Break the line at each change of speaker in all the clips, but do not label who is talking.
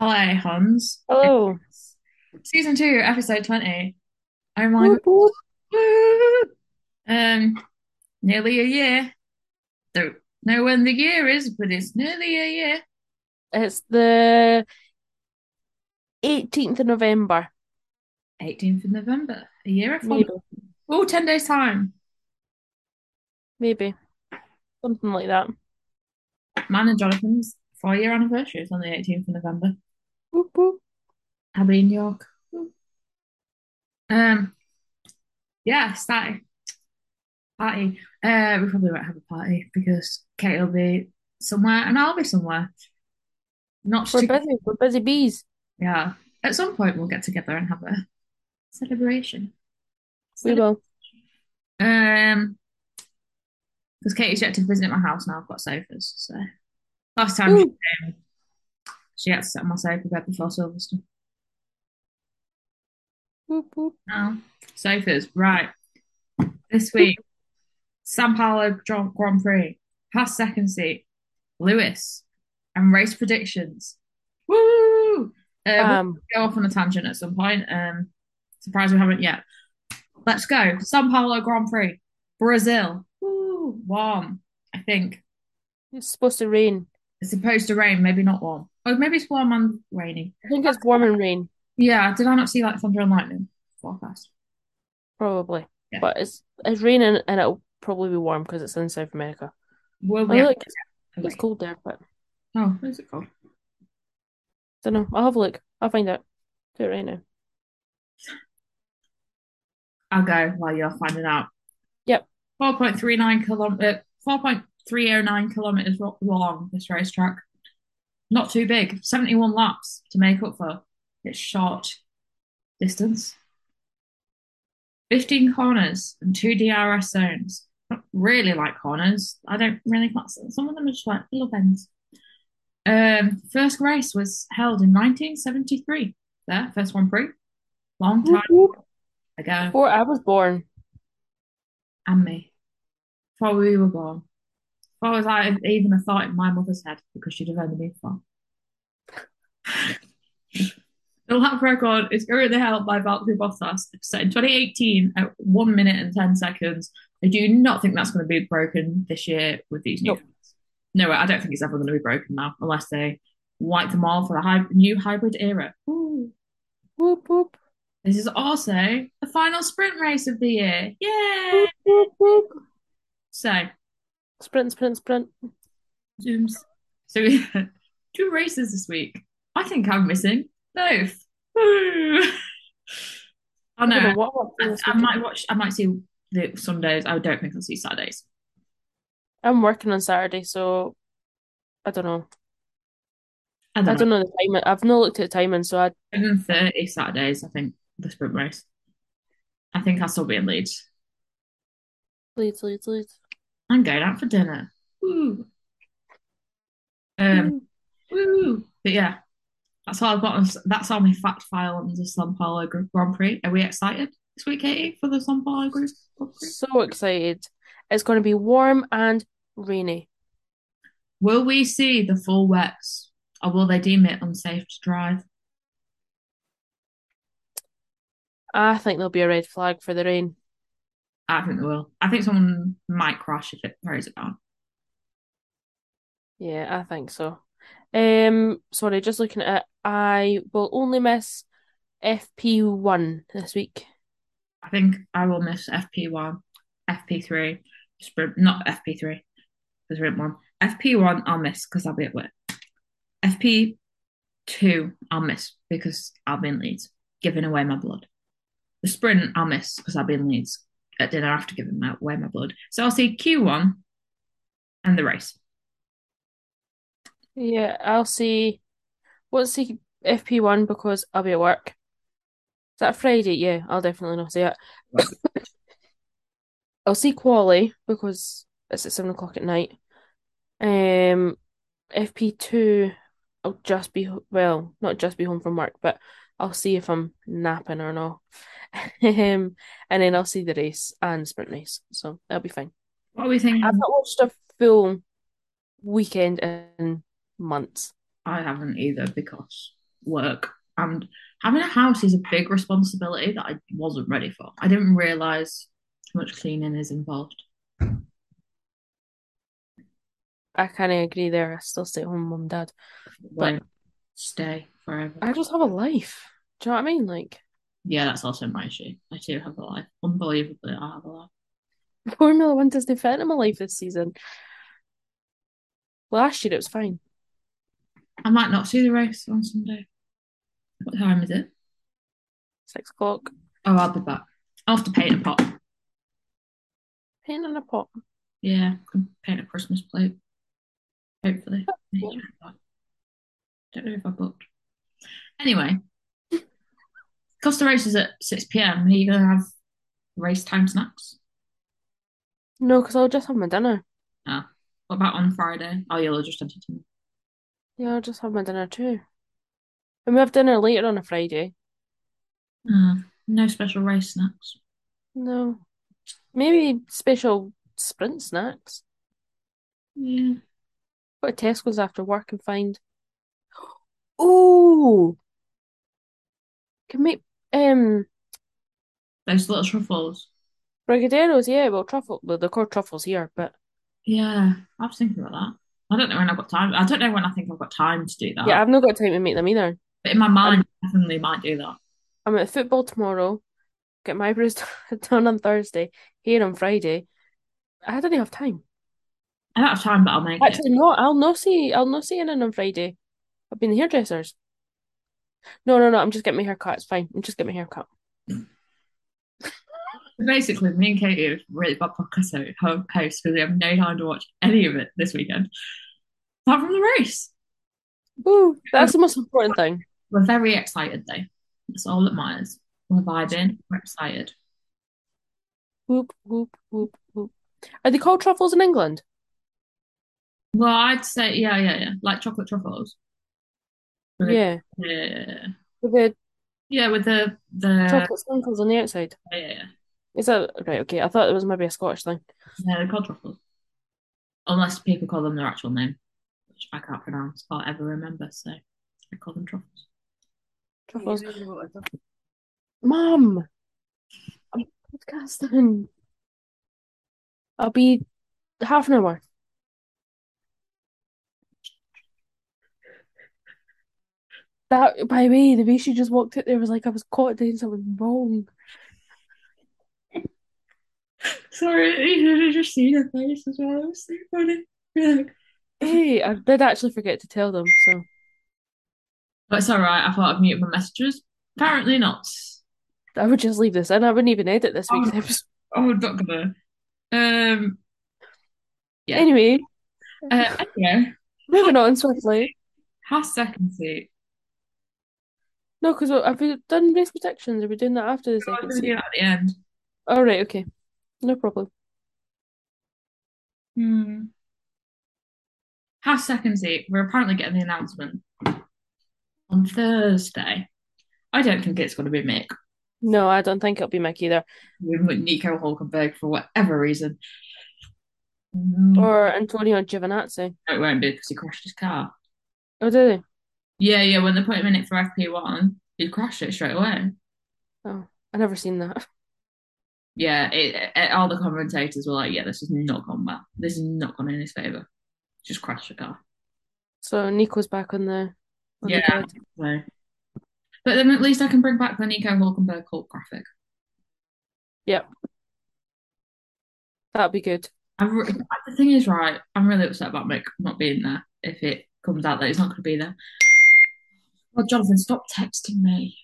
Hi, Hans.
Hello.
It's season two, episode 20. Oh my
Whoop, whoop.
God. Um, nearly a year. Don't know when the year is, but it's nearly a year.
It's the 18th of November.
18th of November, a year of fun.
Maybe,
Oh, 10 days time.
maybe. Something like that.
Mine and Jonathan's four-year anniversary is on the 18th of November.
Whoop, whoop.
Abbey in York. Woo. Um, yeah, starting party. Uh, we probably won't have a party because Kate will be somewhere and I'll be somewhere. Not
We're
together.
busy. We're busy bees.
Yeah. At some point, we'll get together and have a celebration.
We
Cele-
will.
Um, because Katie's yet to visit my house now. I've got sofas. So last time she
Ooh.
came, she had to set my sofa bed before Silverstone.
Whoop, whoop.
Now, sofas. Right. This week, San Paolo Grand Grand Prix, past second seat, Lewis, and race predictions. Woo! Uh, we'll
Um,
go off on a tangent at some point. Um, surprised we haven't yet. Let's go. São Paulo Grand Prix, Brazil. Woo, warm, I think.
it's supposed to rain.
It's supposed to rain, maybe not warm. Oh, maybe it's warm and rainy.
I think it's warm and rain,
Yeah, did I not see like thunder and lightning forecast?
probably.
Yeah.
But it's it's raining and it'll probably be warm because it's in South America.
Will
I
we
mean,
actually
Oh, look, it's,
get
it's
away?
cold there, but I
Oh, what is it called?
don't know. I'll have a look. I'll find out. Do it right now.
I'll go while you're finding out.
Yep.
4.39 kilometer, 4.309 kilometers ro- long, this racetrack. Not too big. 71 laps to make up for. It's short distance. 15 corners and two DRS zones. Not really like corners. I don't really class Some of them are just like little bends. Um, first race was held in 1973. There, first one Prix. Long
Whoop,
time
whoop.
ago.
Before I was born.
And me. Before we were born. Before I was like even a thought in my mother's head because she'd have only been four. The lap record is currently held by Valtteri Bottas, set in 2018 at 1 minute and 10 seconds. I do not think that's going to be broken this year with these new
Nope.
cars. No, I don't think it's ever going to be broken now, unless they wipe them all for the hy new hybrid era. Ooh.
Whoop, whoop.
This is also the final sprint race of the year. Yay!
Whoop, whoop, whoop.
So,
Sprint, sprint, sprint.
zooms. So, we two races this week. I think I'm missing both. Woo! Oh
I don't
no,
know what I'm up to
I,
this
I
weekend.
might watch. I might see the Sundays. I don't think I'll see Saturdays.
I'm working on Saturday, so I don't know.
I don't
I
know.
don't know the timing. I've not looked at timing, so I
130 Saturdays. I think the sprint race. I think I'll still be in Leeds.
please, please, please.
I'm going out for dinner. Um, Woo. Um.
Woo.
Woo. But yeah, that's all I've got. On, that's all my fact file on the São Paulo Gr- Grand Prix. Are we excited this week, Katie, for the São Paulo Gr- Grand Prix?
So excited. It's going to be warm and rainy.
Will we see the full wets, or will they deem it unsafe to drive?
I think there'll be a red flag for the rain.
I think they will. I think someone might crash if it throws it down.
Yeah, I think so. Um, sorry, just looking at it, I will only miss FP1 this week.
I think I will miss FP1, FP3, sprint, not FP3, the sprint one. FP1, I'll miss because I'll be at work. FP2, I'll miss because I'll be in Leeds, giving away my blood. The sprint, I'll miss because I'll be in Leeds at dinner after giving my, away my blood. So I'll see Q1 and the race.
Yeah, I'll see. What's the FP1 because I'll be at work. Is that Friday? Yeah, I'll definitely not see it.
Right.
I'll see Quali because it's at seven o'clock at night. Um, FP2, I'll just be, well, not just be home from work, but I'll see if I'm napping or not. Um, and then I'll see the race and sprint race, so that'll be fine.
What are we
I've
thinking?
not watched a full weekend in months.
I haven't either because work. And having a house is a big responsibility that I wasn't ready for. I didn't realize how much cleaning is involved.
I kind of agree there. I still stay at home, mum, dad.
Like, stay forever.
I just have a life. Do you know what I mean? Like,
yeah, that's also my issue. I do have a life. Unbelievably, I have a life.
Formula One doesn't fit in my life this season. Last year it was fine.
I might not see the race on Sunday. What time is it?
Six o'clock.
Oh, I'll be back. I'll have to paint a pot.
Paint in a pot.
Yeah, I can paint a Christmas plate. Hopefully.
Yeah.
Don't know if I booked. Anyway, Costa race is at 6 pm. Are you going to have race time snacks?
No, because I'll just have my dinner.
What about on Friday? Oh, you'll just have to do
Yeah, I'll just have my dinner too. And we have dinner later on a Friday.
Uh, no special race snacks.
No. Maybe special sprint snacks.
Yeah.
Go to Tesco's after work and find. Ooh! Can make um
Those little truffles.
brigadeiros. Yeah, well, truffle. Well, they're called truffles here, but
Yeah, I was thinking about that. I don't know when I've got time. I don't know when I think I've got time to do that.
yeah, I've not got time to make them either.
But in my mind, I definitely might do that.
I'm at football tomorrow. Get my eyebrows done on Thursday. Here on Friday. I don't have time.
I don't have time, but I'll make it.
Actually, no, I'll not see. I'll not see in on Friday. I've been the hairdressers. No, no, no. I'm just getting my hair cut. It's fine. I'm just getting my hair cut.
Basically, me and Katie have really bad podcast ho- ho- hosts because we have no time to watch any of it this weekend, apart from the race.
Woo! That's the most important thing.
We're very excited though. That's all that matters. We're vibing. We're excited.
Whoop, whoop, whoop, whoop. Are they called truffles in England?
Well, I'd say yeah, yeah, yeah, like chocolate truffles. Right.
Yeah,
Yeah,
with the
yeah, with the the
chocolate sprinkles on the outside.
yeah, yeah, yeah.
Is that right? Okay, I thought it was maybe a Scottish thing.
No, they're called truffles. Unless people call them their actual name, which I can't pronounce or ever remember, so I call them truffles.
Truffles. Mum, I'm podcasting. I'll be half an hour. That, by the way, the way she just walked out there was like I was caught doing something wrong.
Sorry, you should have just seen her face as well. It was so funny. Like,
Hey, I did actually forget to tell them, so
But it's all right. I thought I'd mute my messages. Apparently not.
I would just leave this in. I wouldn't even edit this week's
Oh.
episode.
Oh, not gonna. Um. Yeah.
Anyway,
Uh, anyway,
moving on swiftly.
Haas second seat.
No, because have we done race predictions? Are we doing that after
I
the
was
second
gonna do
seat?
that at the end.
All right, okay. No problem.
Hmm. Haas second seat. We're apparently getting the announcement on Thursday. I don't think it's going to be Mick.
No, I don't think it'll be Mick either.
We've got Nico Hulkenberg for whatever reason. Mm,
Or Antonio Giovinazzi.
no, it won't be because he crashed his car.
Oh, did he?
Yeah, yeah. When they put him in it for FP1, he crashed it straight away.
I never seen that.
Yeah, it, it- all the commentators were like, "Yeah, this has not gone well. This has not gone in his favor. Just crashed the car."
So Nico's back on the on the
Yeah.
grid.
So, but then at least I can bring back the Nico Hulkenberg cult graphic.
That'd be good.
I re- the thing is, right, I'm really upset about Mick not being there if it comes out that he's not going to be there. Well, Jonathan, stop texting me.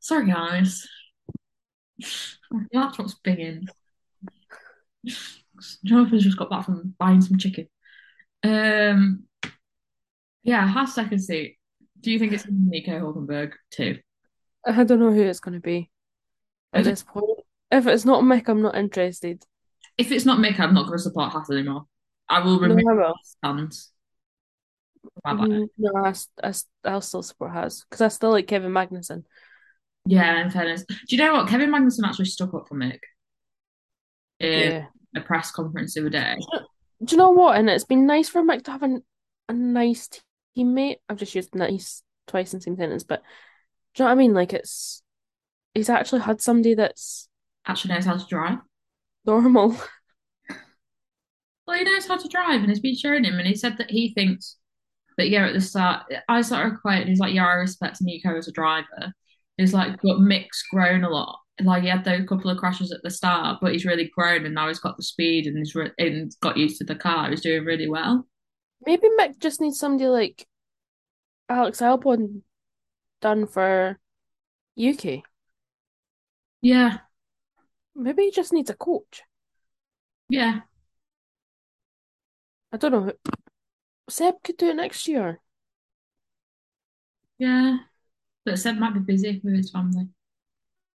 Sorry, guys. My laptop's binging. Jonathan's just got back from buying some chicken. Um, yeah, Haas second seat. Do you think it's Nico Hulkenberg too?
I don't know who it's gonna be at
Is it-
this point. If it's not Mick, I'm not interested.
If it's not Mick, I'm not going to support Haas anymore. I will
No, I
remove
will.
stands.
Mm, No, I, s- I, s- I'll still support Haas because I still like Kevin Magnussen.
Yeah, in fairness. Do you know what? Kevin Magnussen actually stuck up for Mick in
Yeah.
a press conference the other day.
Do you know what? And it's been nice for Mick to have an, a nice teammate. I've just used nice twice in the same sentence, but do you know what I mean? Like it's he's actually had somebody that's
Actually knows how to drive.
normal.
Well, he knows how to drive, and it's been shown him. And he said that he thinks that yeah, at the start, I sort of quote, and he's like, yeah, I respect Nico as a driver. He's like, but Mick's grown a lot. Like he had those couple of crashes at the start, but he's really grown, and now he's got the speed, and he's re- and got used to the car. He's doing really well.
Maybe Mick just needs somebody like Alex Albon done for UK.
Yeah,
Maybe he just needs a coach.
yeah.
I don't know. who- Seb could do it next year.
Yeah, but Seb might be busy with his family.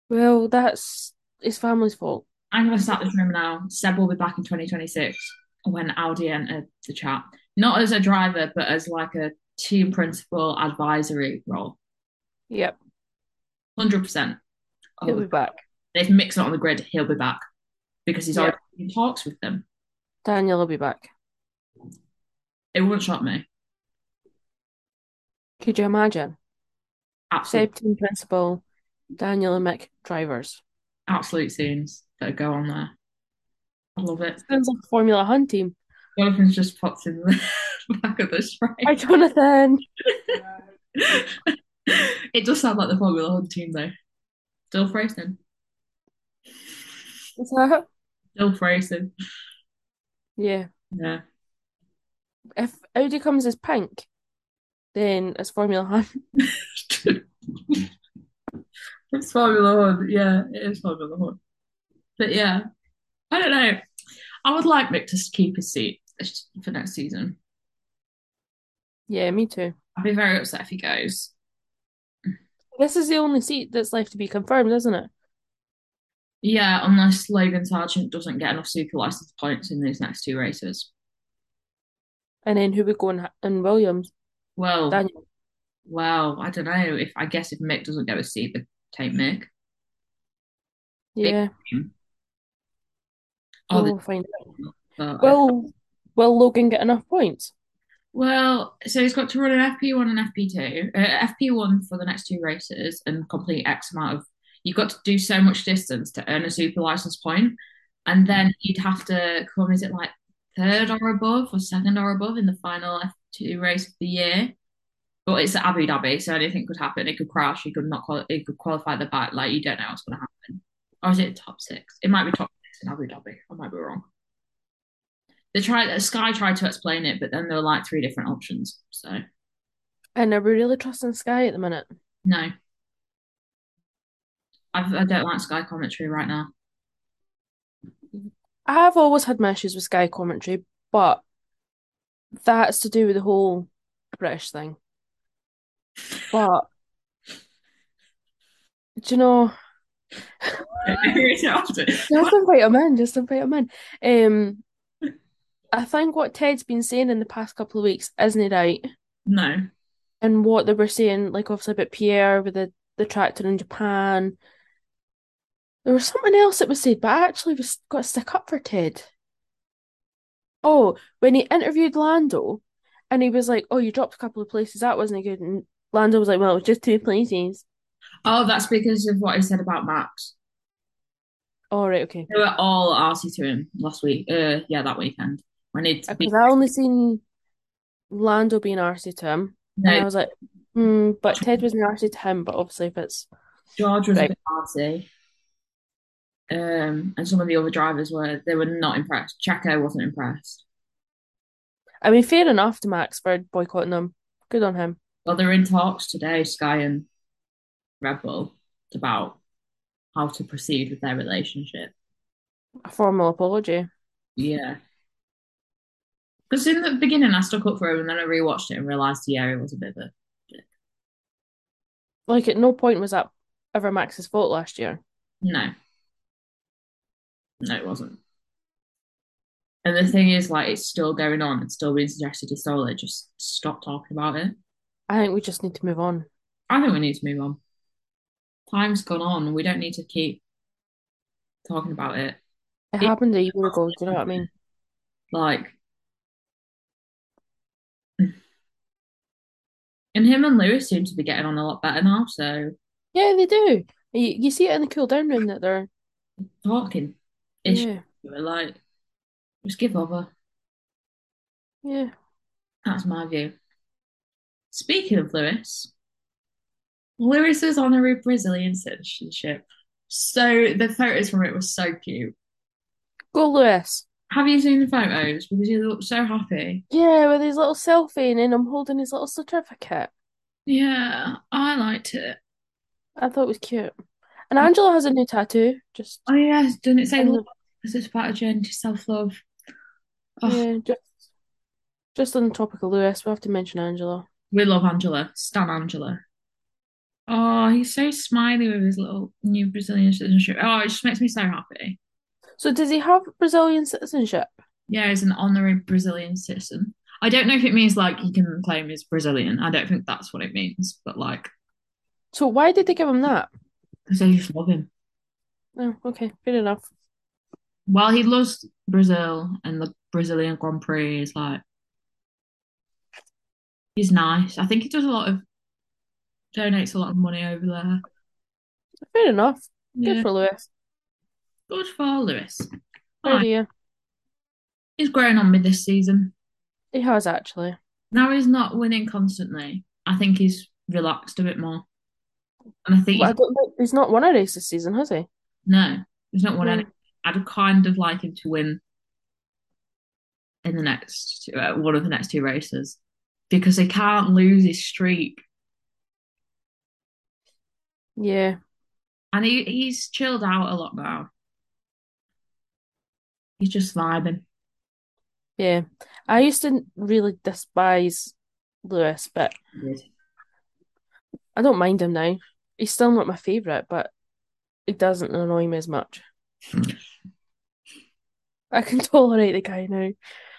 Well, that's his family's fault.
I'm going to start this room now. Seb will be back in 2026 when Audi entered the chat, not as a driver, but as like a team principal advisory role.
Yep,
100%. Oh,
he'll be back.
If Mick's not on the grid, he'll be back because he's
Yeah.
already in talks with them.
Daniel will be back.
It wouldn't shock me.
Could you imagine?
Absolute,
Seb team principal, Daniel and Mick drivers.
absolute scenes that go on there. I love it.
Sounds like a Formula One team.
Jonathan's just popped in the back of the spray.
Hi, Jonathan.
it does sound like the Formula One team, though. Still racing.
Is that?
Still racing.
Yeah.
Yeah.
If Audi comes as pink, then it's Formula One.
it's Formula One. Yeah, it is Formula One. But yeah, I don't know. I would like Mick to keep his seat for next season.
Yeah, me too.
I'd be very upset if he goes.
This is the only seat that's left to be confirmed, isn't it?
Yeah, unless Logan Sargent doesn't get enough super license points in these next two races.
And then who would go in, in Williams?
Well,
Daniel.
well, I don't know. If I guess if Mick doesn't get a seat, but take Mick.
Yeah, Oh,
Or
we'll find out.
the,
Will Will Logan get enough points?
Well, so he's got to run an FP1 and FP2, uh, FP1 for the next two races and complete X amount of. You've got to do so much distance to earn a super license point, and then you'd have to come, is it like third or above or second or above in the final F2 race of the year? But it's at Abu Dhabi, so anything could happen. It could crash. It could not. Quali- it could qualify the back. Like you don't know what's going to happen. Or is it top six? It might be top six in Abu Dhabi. I might be wrong they tried uh, Sky tried to explain it, but then there were like three different options. So
And are we really trusting Sky at the minute?
no, I've, I don't like Sky commentary right now.
I've always had my issues with Sky commentary, but that's to do with the whole British thing. But do you know? Just don't fight a man, just don't fight a man. Um, I think what Ted's been saying in the past couple of weeks isn't it right?
no,
and what they were saying, like obviously about Pierre with the, the tractor in Japan. There was something else that was said, but I actually was got stuck up for Ted. Oh, when he interviewed Lando and he was like, Oh, you dropped a couple of places, that wasn't good. And Lando was like, Well, it was just two places.
oh, that's because of what he said about Max.
All right, okay.
They were all arsy to him last week. Uh, yeah, that weekend when it's
Because I only seen Lando being arsy to him. And I
no
was like, Hmm, but Ted wasn't arsy to him, but obviously if it's
George was a
Right.
bit arsy. Um, and some of the other drivers were they were not impressed. Checo wasn't impressed.
I mean, fair enough to Max for boycotting them. Good on him.
Well, they're in talks today, Sky and Red Bull, about how to proceed with their relationship.
A formal apology.
Yeah. Because in the beginning, I stuck up for him and then I rewatched it and realised, yeah, it was a bit of a.
Like at no point was that ever Max's fault last year.
No. No, it wasn't. And the thing is, like, it's still going on and still being suggested he stole it. Just stop talking about it.
I think we just need to move on.
I think we need to move on. Time's gone on. We don't need to keep talking about it.
It
Yeah.
happened a year ago, do you know what I mean?
Like, And him and Lewis seem to be getting on a lot better now, so
Yeah, they do. You, you see it in the cool down room that they're
talking ish.
yeah,
We're Like, just give over.
yeah.
That's my view. Speaking of Lewis, Lewis's honorary Brazilian citizenship. So the photos from it were so cute.
Go Lewis.
Have you seen the photos? Because he looked so happy.
Yeah, with his little selfie and then I'm holding his little certificate.
Yeah, I liked it.
I thought it was cute. And Angela has a new tattoo. Just
Oh yeah, doesn't it say
And the-
love? Is this about a journey to self-love? Oh,
yeah, just just on the topic of Lewis, we have to mention Angela.
we love Angela. Stan Angela. Oh, he's so smiley with his little new Brazilian citizenship. Oh, it just makes me so happy.
So does he have Brazilian citizenship?
Yeah, he's an honorary Brazilian citizen. I don't know if it means like he can claim he's Brazilian. I don't think that's what it means, but like,
So why did they give him that?
because I just love him.
Oh, okay, fair enough.
While he loves Brazil and the Brazilian Grand Prix, is like, he's nice. I think he does a lot of, donates a lot of money over there.
Fair enough. Good
Yeah,
for Lewis.
good for Lewis.
Oh
Alright,
dear.
he's growing on me this season.
He has actually.
Now he's not winning constantly. I think he's relaxed a bit more. And I think
But I
he's,
don't think he's not won a race this season, has he?
no, he's not won
No.
any. I'd kind of like him to win in the next two, uh, one of the next two races because he can't lose his streak.
Yeah.
And he, he's chilled out a lot now. He's just vibing.
Yeah. I used to really despise Lewis, but I don't mind him now. He's still not my favourite, but it doesn't annoy me as much. I can tolerate the guy now.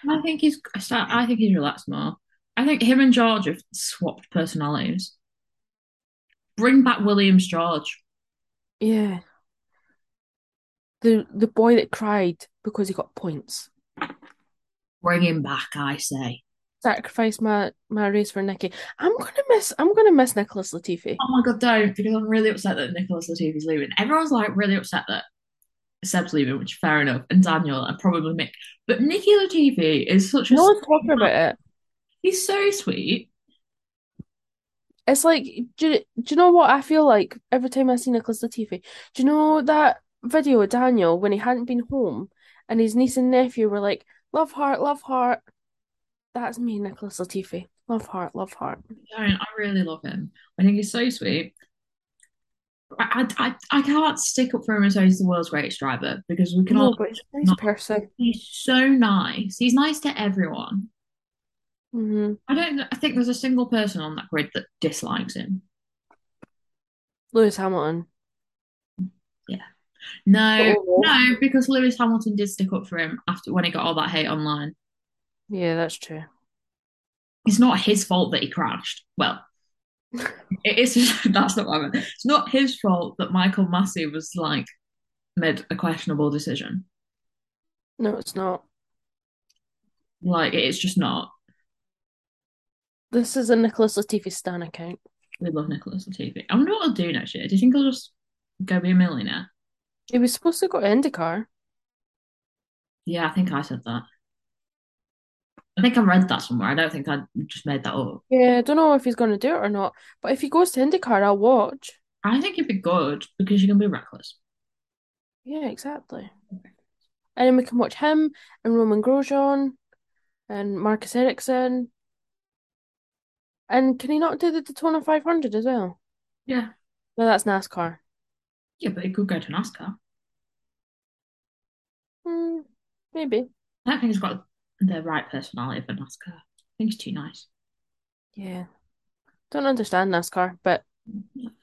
I think he's I think he's relaxed more. I think him and George have swapped personalities. Bring back Williams George.
Yeah. The the boy that cried because he got points.
Bring him back, I say.
Sacrificed my, my race for Nikki. I'm gonna miss I'm gonna miss Nicholas Latifi.
Oh my god, don't, because I'm really upset that Nicholas Latifi's leaving. Everyone's like really upset that Seb's leaving, which fair enough, and Daniel and probably Mick. But Nicky Latifi is such a
No one's talking about it.
he's so sweet.
It's like, do, you- do you know what I feel like every time I see Nicholas Latifi? Do you know that video of Daniel when he hadn't been home and his niece and nephew were like, Love heart, love heart. That's me, Nicholas Latifi. Love heart, love heart.
Don't, I really love him. I think he's so sweet. I, I, I I can't stick up for him and say he's the world's greatest driver because we can
No,
all
but he's a nice
not-
person.
He's so nice. He's nice to everyone.
hmm
I don't I think there's a single person on that grid that dislikes him.
Lewis Hamilton.
No,
Oh.
no, because Lewis Hamilton did stick up for him after when he got all that hate online.
Yeah, that's true.
It's not his fault that he crashed. Well, it is that's not what I meant. It's not his fault that Michael Massey was like made a questionable decision.
No, it's not.
Like it's just not.
This is a Nicholas Latifi Stan account.
We love Nicholas Latifi. I wonder what he'll do next year. Do you think he'll just go be a millionaire?
He was supposed to go to IndyCar.
Yeah, I think I said that. I think I read that somewhere. I don't think I just made that up.
Yeah, I don't know if he's going to do it or not, but if he goes to IndyCar, I'll watch.
I think it'd be good because you can be reckless.
Yeah, exactly. And then we can watch him and Roman Grosjean and Marcus Ericsson. And can he not do the Daytona 500 as well?
Yeah.
No, that's NASCAR.
Yeah, but it could go to NASCAR.
Hmm, maybe.
I don't think he's got the right personality for NASCAR. I think he's too nice.
Yeah. Don't understand NASCAR, but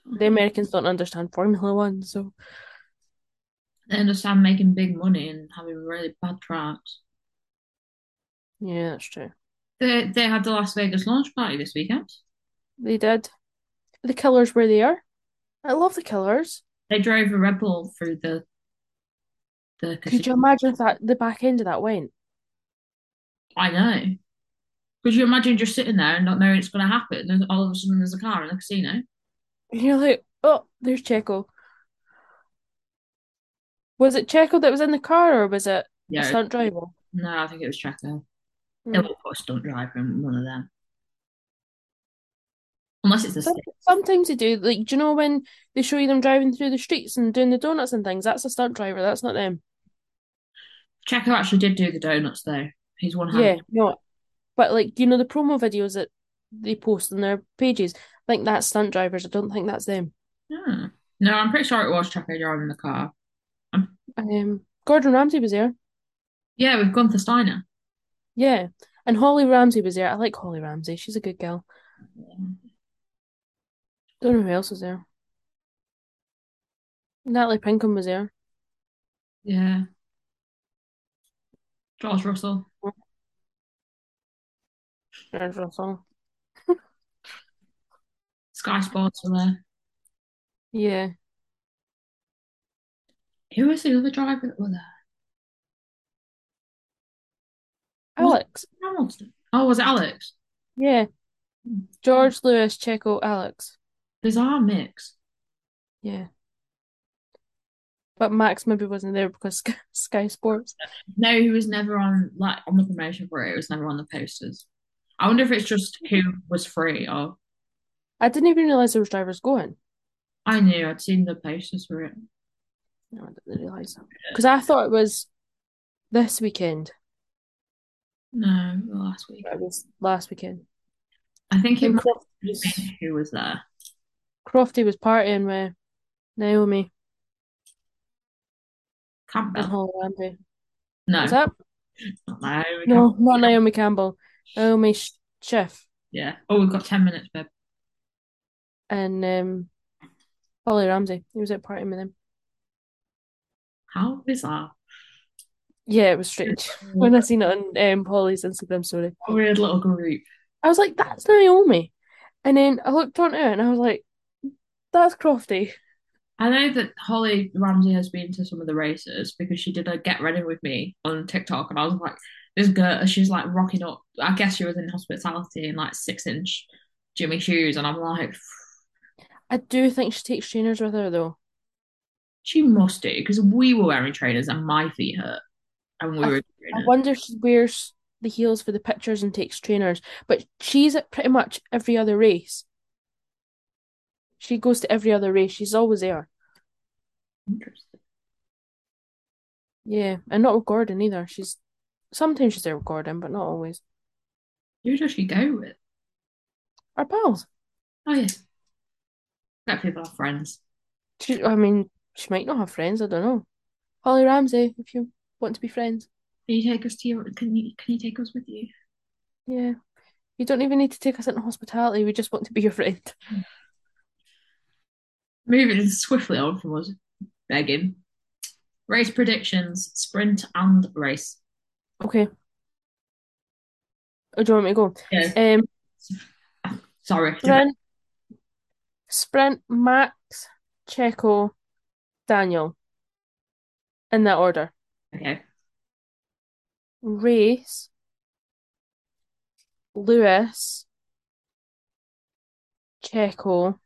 the Americans don't understand Formula One, so
They understand making big money and having really bad tracks.
yeah, that's true.
They they had the Las Vegas launch party this weekend.
They did. The Killers were there. I love the Killers.
They drove a Red Bull through the the
Could you
casino.
imagine if that the back end of that went?
I know. Could you imagine just sitting there and not knowing it's going to happen? And all of a sudden there's a car in the casino.
And you're like, oh, there's Checo. Was it Checo that was in the car or was it a
Yeah,
stunt driver?
no, I think it was Checo. They
Mm.
would put a stunt driver in one of them. Unless it's the
Some-
States.
Sometimes they do. Like, do you know when they show you them driving through the streets and doing the donuts and things? That's a stunt driver. That's not them.
Checo actually did do the donuts though. He's one handed.
Yeah, no. But like, you know, the promo videos that they post on their pages, I think that's stunt drivers. I don't think that's them.
Hmm. No, I'm pretty sure it was Checo driving the car. Um,
Um, Gordon Ramsay was there.
yeah, we've gone for Steiner.
Yeah. And Holly Ramsey was there. I like Holly Ramsey. She's a good girl. Don't know who else was there. Natalie Pinkham was there.
Yeah, George Russell.
There's Russell.
Sky Sports were there.
Yeah.
Who was the other driver that were there? Was it
Alex.
Hamilton? Oh, was it Alex?
Yeah. George Lewis, Checo, Alex.
Bizarre mix.
Yeah. But Max maybe wasn't there because Sky, Sky Sports.
No, he was never on like on the promotion for it. It was never on the posters. I wonder if it's just who was free or
I didn't even realize there was drivers going.
I knew I'd seen the posters for it.
No, I didn't realize that. Because I thought it was this weekend.
No, last week.
It was last weekend.
I think it
And
might
Croft
have
was,
been who was there.
Crofty was partying with Naomi and
Campbell.
Holly Ramsey.
No,
Was that?
not Naomi Campbell.
No, not Naomi Campbell. Naomi Sh Schiff
Yeah. Oh, we've got 10 minutes, babe.
and um, Holly Ramsey. He was out partying with them.
How bizarre.
Yeah, it was strange. When I seen it on um, Polly's Instagram story.
A weird little group.
I was like, that's Naomi. And then I looked onto it and I was like, that's Crofty.
I know that Holly Ramsey has been to some of the races because she did a get ready with me on TikTok, and I was like, this girl, she's like rocking up. I guess she was in hospitality in like six inch Jimmy shoes, and I'm like,
I do think she takes trainers with her though.
she must do because we were wearing trainers and my feet hurt, and we
I,
were in
I
trainers.
wonder if she wears the heels for the pictures and takes trainers. But she's at pretty much every other race. She goes to every other race. She's always there.
Interesting.
Yeah. And not with Gordon either. She's sometimes she's there with Gordon, but not always.
Who does she go with?
Our pals.
Oh, yeah, that people are friends.
She, I mean, she might not have friends, I don't know. Holly Ramsey, if you want to be friends.
Can you take us to your? Can you can you take us with you?
Yeah. You don't even need to take us into hospitality. We just want to be your friend.
Moving swiftly on from us begging. Race predictions, sprint and race.
Okay. Oh, do you want me to go?
Yeah.
Um,
Sorry.
sprint, sprint, Max, Checo, Daniel, in that order.
Okay.
Race, Lewis, Checo,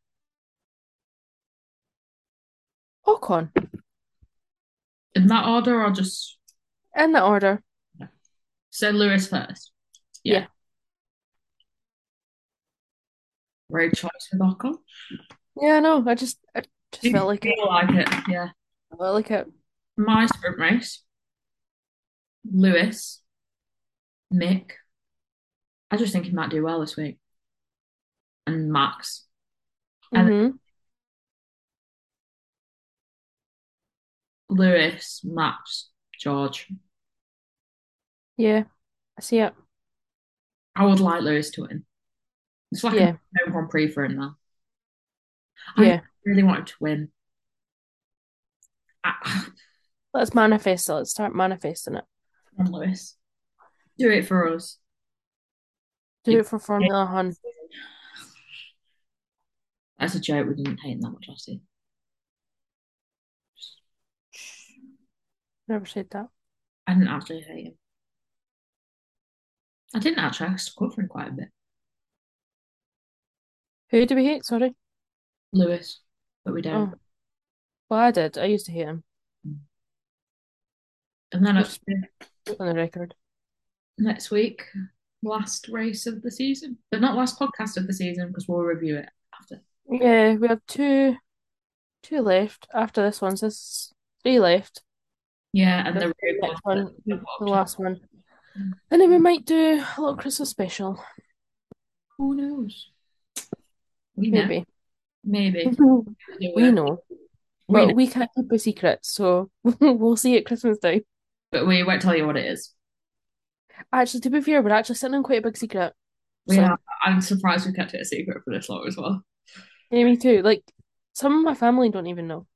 Ocon,
In that order, I'll just.
in that order.
So Lewis first.
Yeah.
Road choice with Ocon.
Yeah, I know. I just, I just felt like it.
Feel like it. Yeah.
I felt like it.
My sprint race. Lewis. Mick. I just think he might do well this week. And Max. And
hmm
Lewis, Max, George.
Yeah, I see it.
I would like Lewis to win. It's like
Yeah,
a Grand Prix for him now. I
yeah.
really want him to win. Ah, I,
Let's manifest it. Let's start manifesting it.
and Lewis, do it for us.
Do it for Formula One.
That's a joke. We didn't hate him that much last year.
Never said that.
I didn't actually hate him. I didn't actually. I stuck up for him quite a bit.
Who do we hate? Sorry.
Lewis, but we don't.
Oh. Well, I did. I used to hate him
And then
Which-
it's
on the record.
next week, last race of the season, but not last podcast of the season because we'll review it after.
Yeah, we have two two left after this one, so there's three left.
Yeah, and
The
the road
next
one,
one,
the-
the last one. And
Mm.
then we might do a little Christmas special.
Who knows? We know.
Maybe.
Maybe.
We know.
We
But
know,
we can't keep a secret, so we'll see at Christmas time.
but we won't tell you what it is.
Actually, to be fair, we're actually sitting on quite a big secret.
We
So-
are, I'm surprised we kept it a secret for this long as well.
Yeah, me too. Like some of my family don't even know.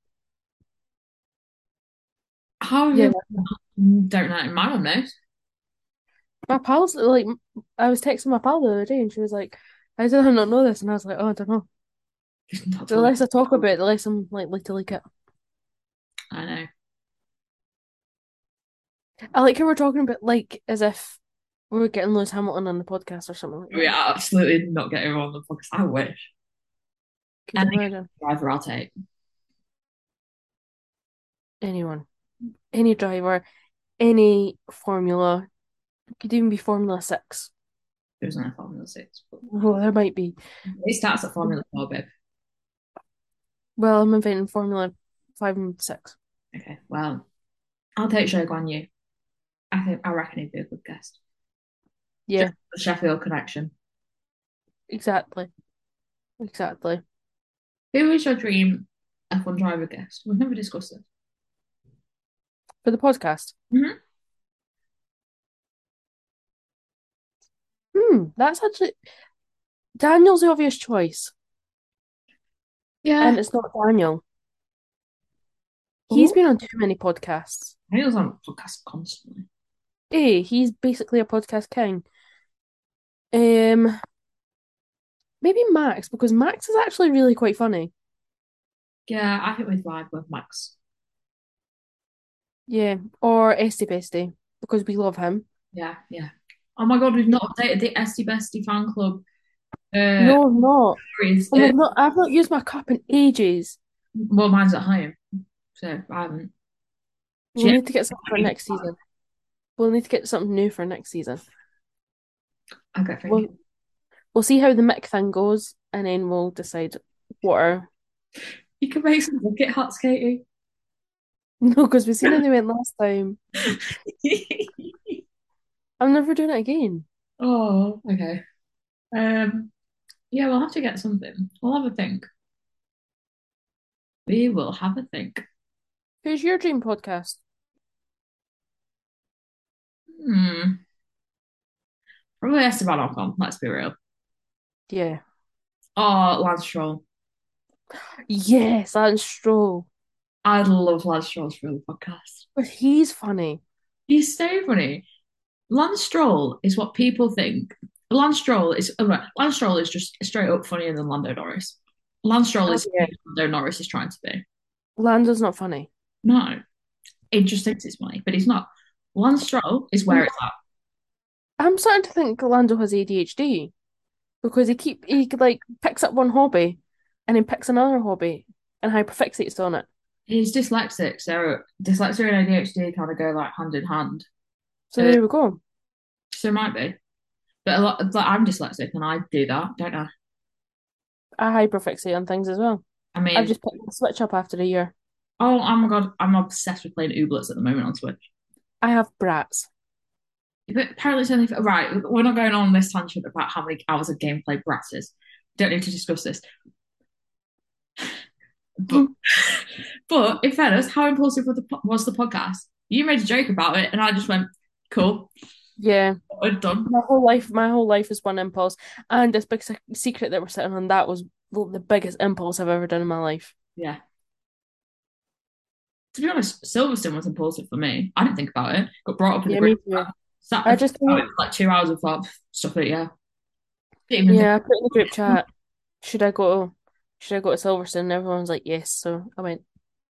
How have
Yeah,
you don't know? My mum knows.
My pals, like, I was texting my pal the other day, and she was like, "How did I not know this?" And I was like, "Oh, I don't know."
She's not
The
told
less I talk about it, the less I'm likely to leak it.
me. I know.
I like how we're talking about like as if we were getting Lewis Hamilton on the podcast or something like
We
that.
are absolutely not getting her on the podcast. I wish.
Could you
I think-
imagine?
Driver, I'll take.
Anyone, any driver, any formula. It could even be Formula Six.
It was on Formula 6. But
Well, there might be.
it starts at Formula 4, babe.
Well, I'm inventing Formula Five and Six.
Okay, well, I'll take Zhou Guan Yu. I think, I reckon he'd be a good guest.
Yeah,
The Sheffield connection.
exactly, exactly.
Who is your dream F1 driver guest? We've never discussed it.
For the podcast.
Mhm.
Hmm, that's actually Daniel's the obvious choice,
Yeah.
and it's not Daniel. He's
Ooh.
been on too many podcasts.
Daniel's on podcasts constantly.
Hey, he's basically a podcast king. Um, maybe Max because Max is actually really quite funny.
Yeah, I think we'd vibe with Max.
Yeah, or Esty Bestie because we love him.
Yeah, yeah. Oh my God, we've not updated the Esty Bestie fan club. Uh,
No, I'm not.
stories.
And
Uh,
I've not. I've not used my cup in ages.
well, mine's at home, so I haven't.
We'll
Yeah.
need to get something for next season. We'll need to get something new for next season.
I got
Well,
thinking.
We'll see how the mic thing goes, and then we'll decide what our
You can make some bucket hats, Katie.
no, because we seen how they went last time. I'm never doing it again.
Oh, okay. Um, yeah, we'll have to get something. We'll have a think. We will have a think.
Who's your dream podcast?
Hmm. Probably Esteban Ocon, let's be real.
Yeah.
Oh, Lance Stroll.
Yes, Lance Stroll.
I love Lance Stroll's for the podcast.
But he's funny.
He's so funny. Lance Stroll is what people think. Lance Stroll is oh, right. Lance Stroll is just straight up funnier than Lando Norris. Lance Stroll is
Yeah.
who Lando Norris is trying to be.
Lando's not funny.
No, it just thinks it's funny, but he's not. Lance Stroll is where it's at.
I'm starting to think Lando has ADHD because he keep he like picks up one hobby and then picks another hobby and hyperfixates on it.
He's dyslexic, so dyslexia and ADHD kind of go like hand in hand.
So there we go.
So it might be, but a lot. Like I'm dyslexic and I do that, don't I?
I hyperfixate on things as well.
I mean,
I've just picked the switch up after a year.
oh, oh my god, I'm obsessed with playing Ooblets at the moment on Switch.
I have brats.
But apparently, it's only for, right. We're not going on this tangent about how many hours of gameplay Bratz is. Don't need to discuss this.
Hmm.
But, but in fairness, how impulsive was the, po- was the podcast? You made a joke about it, and I just went, "Cool,
Yeah.
we're done."
My whole life my whole life is one impulse. And this big sec- secret that we're sitting on that was the biggest impulse I've ever done in my life.
Yeah. To be honest, Silverstone was impulsive for me. I didn't think about it. Got brought up in
Yeah,
the
me
group.
too.
Sat
I just
about it for like two hours of thought. Stuff it, yeah. Didn't even
Yeah, I put in the group chat, should I go to, should I go to Silverstone? And everyone was like, yes. So I went,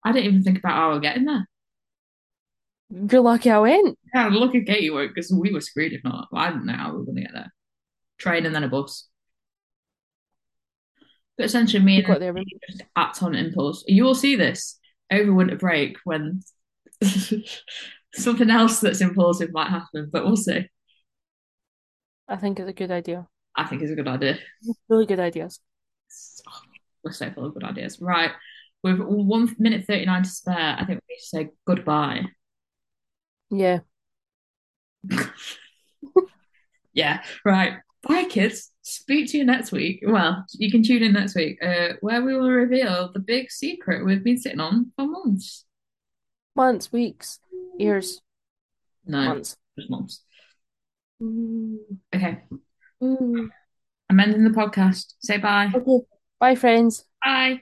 I didn't even think about how we we're getting there.
You're lucky I went.
Yeah, look at Katie work because we were screwed if not. I didn't know how we were going to get there. Train and then a bus. But essentially, me
We
and
got there.
Andy just act on impulse. You will see this over winter break when something else that's impulsive might happen, but we'll see.
I think it's a good idea.
I think it's a good idea.
Really good ideas.
Oh, we're so full of good ideas. Right. With one minute 39 to spare, I think we need to say goodbye.
Yeah.
Yeah, right. Bye, kids. Speak to you next week. Well, you can tune in next week, uh, where we will reveal the big secret we've been sitting on for months.
Months, weeks, years,
No,
months.
just months.
Mm,
Okay.
mm.
I'm ending the podcast. Say bye.
Okay. Bye, friends.
Bye.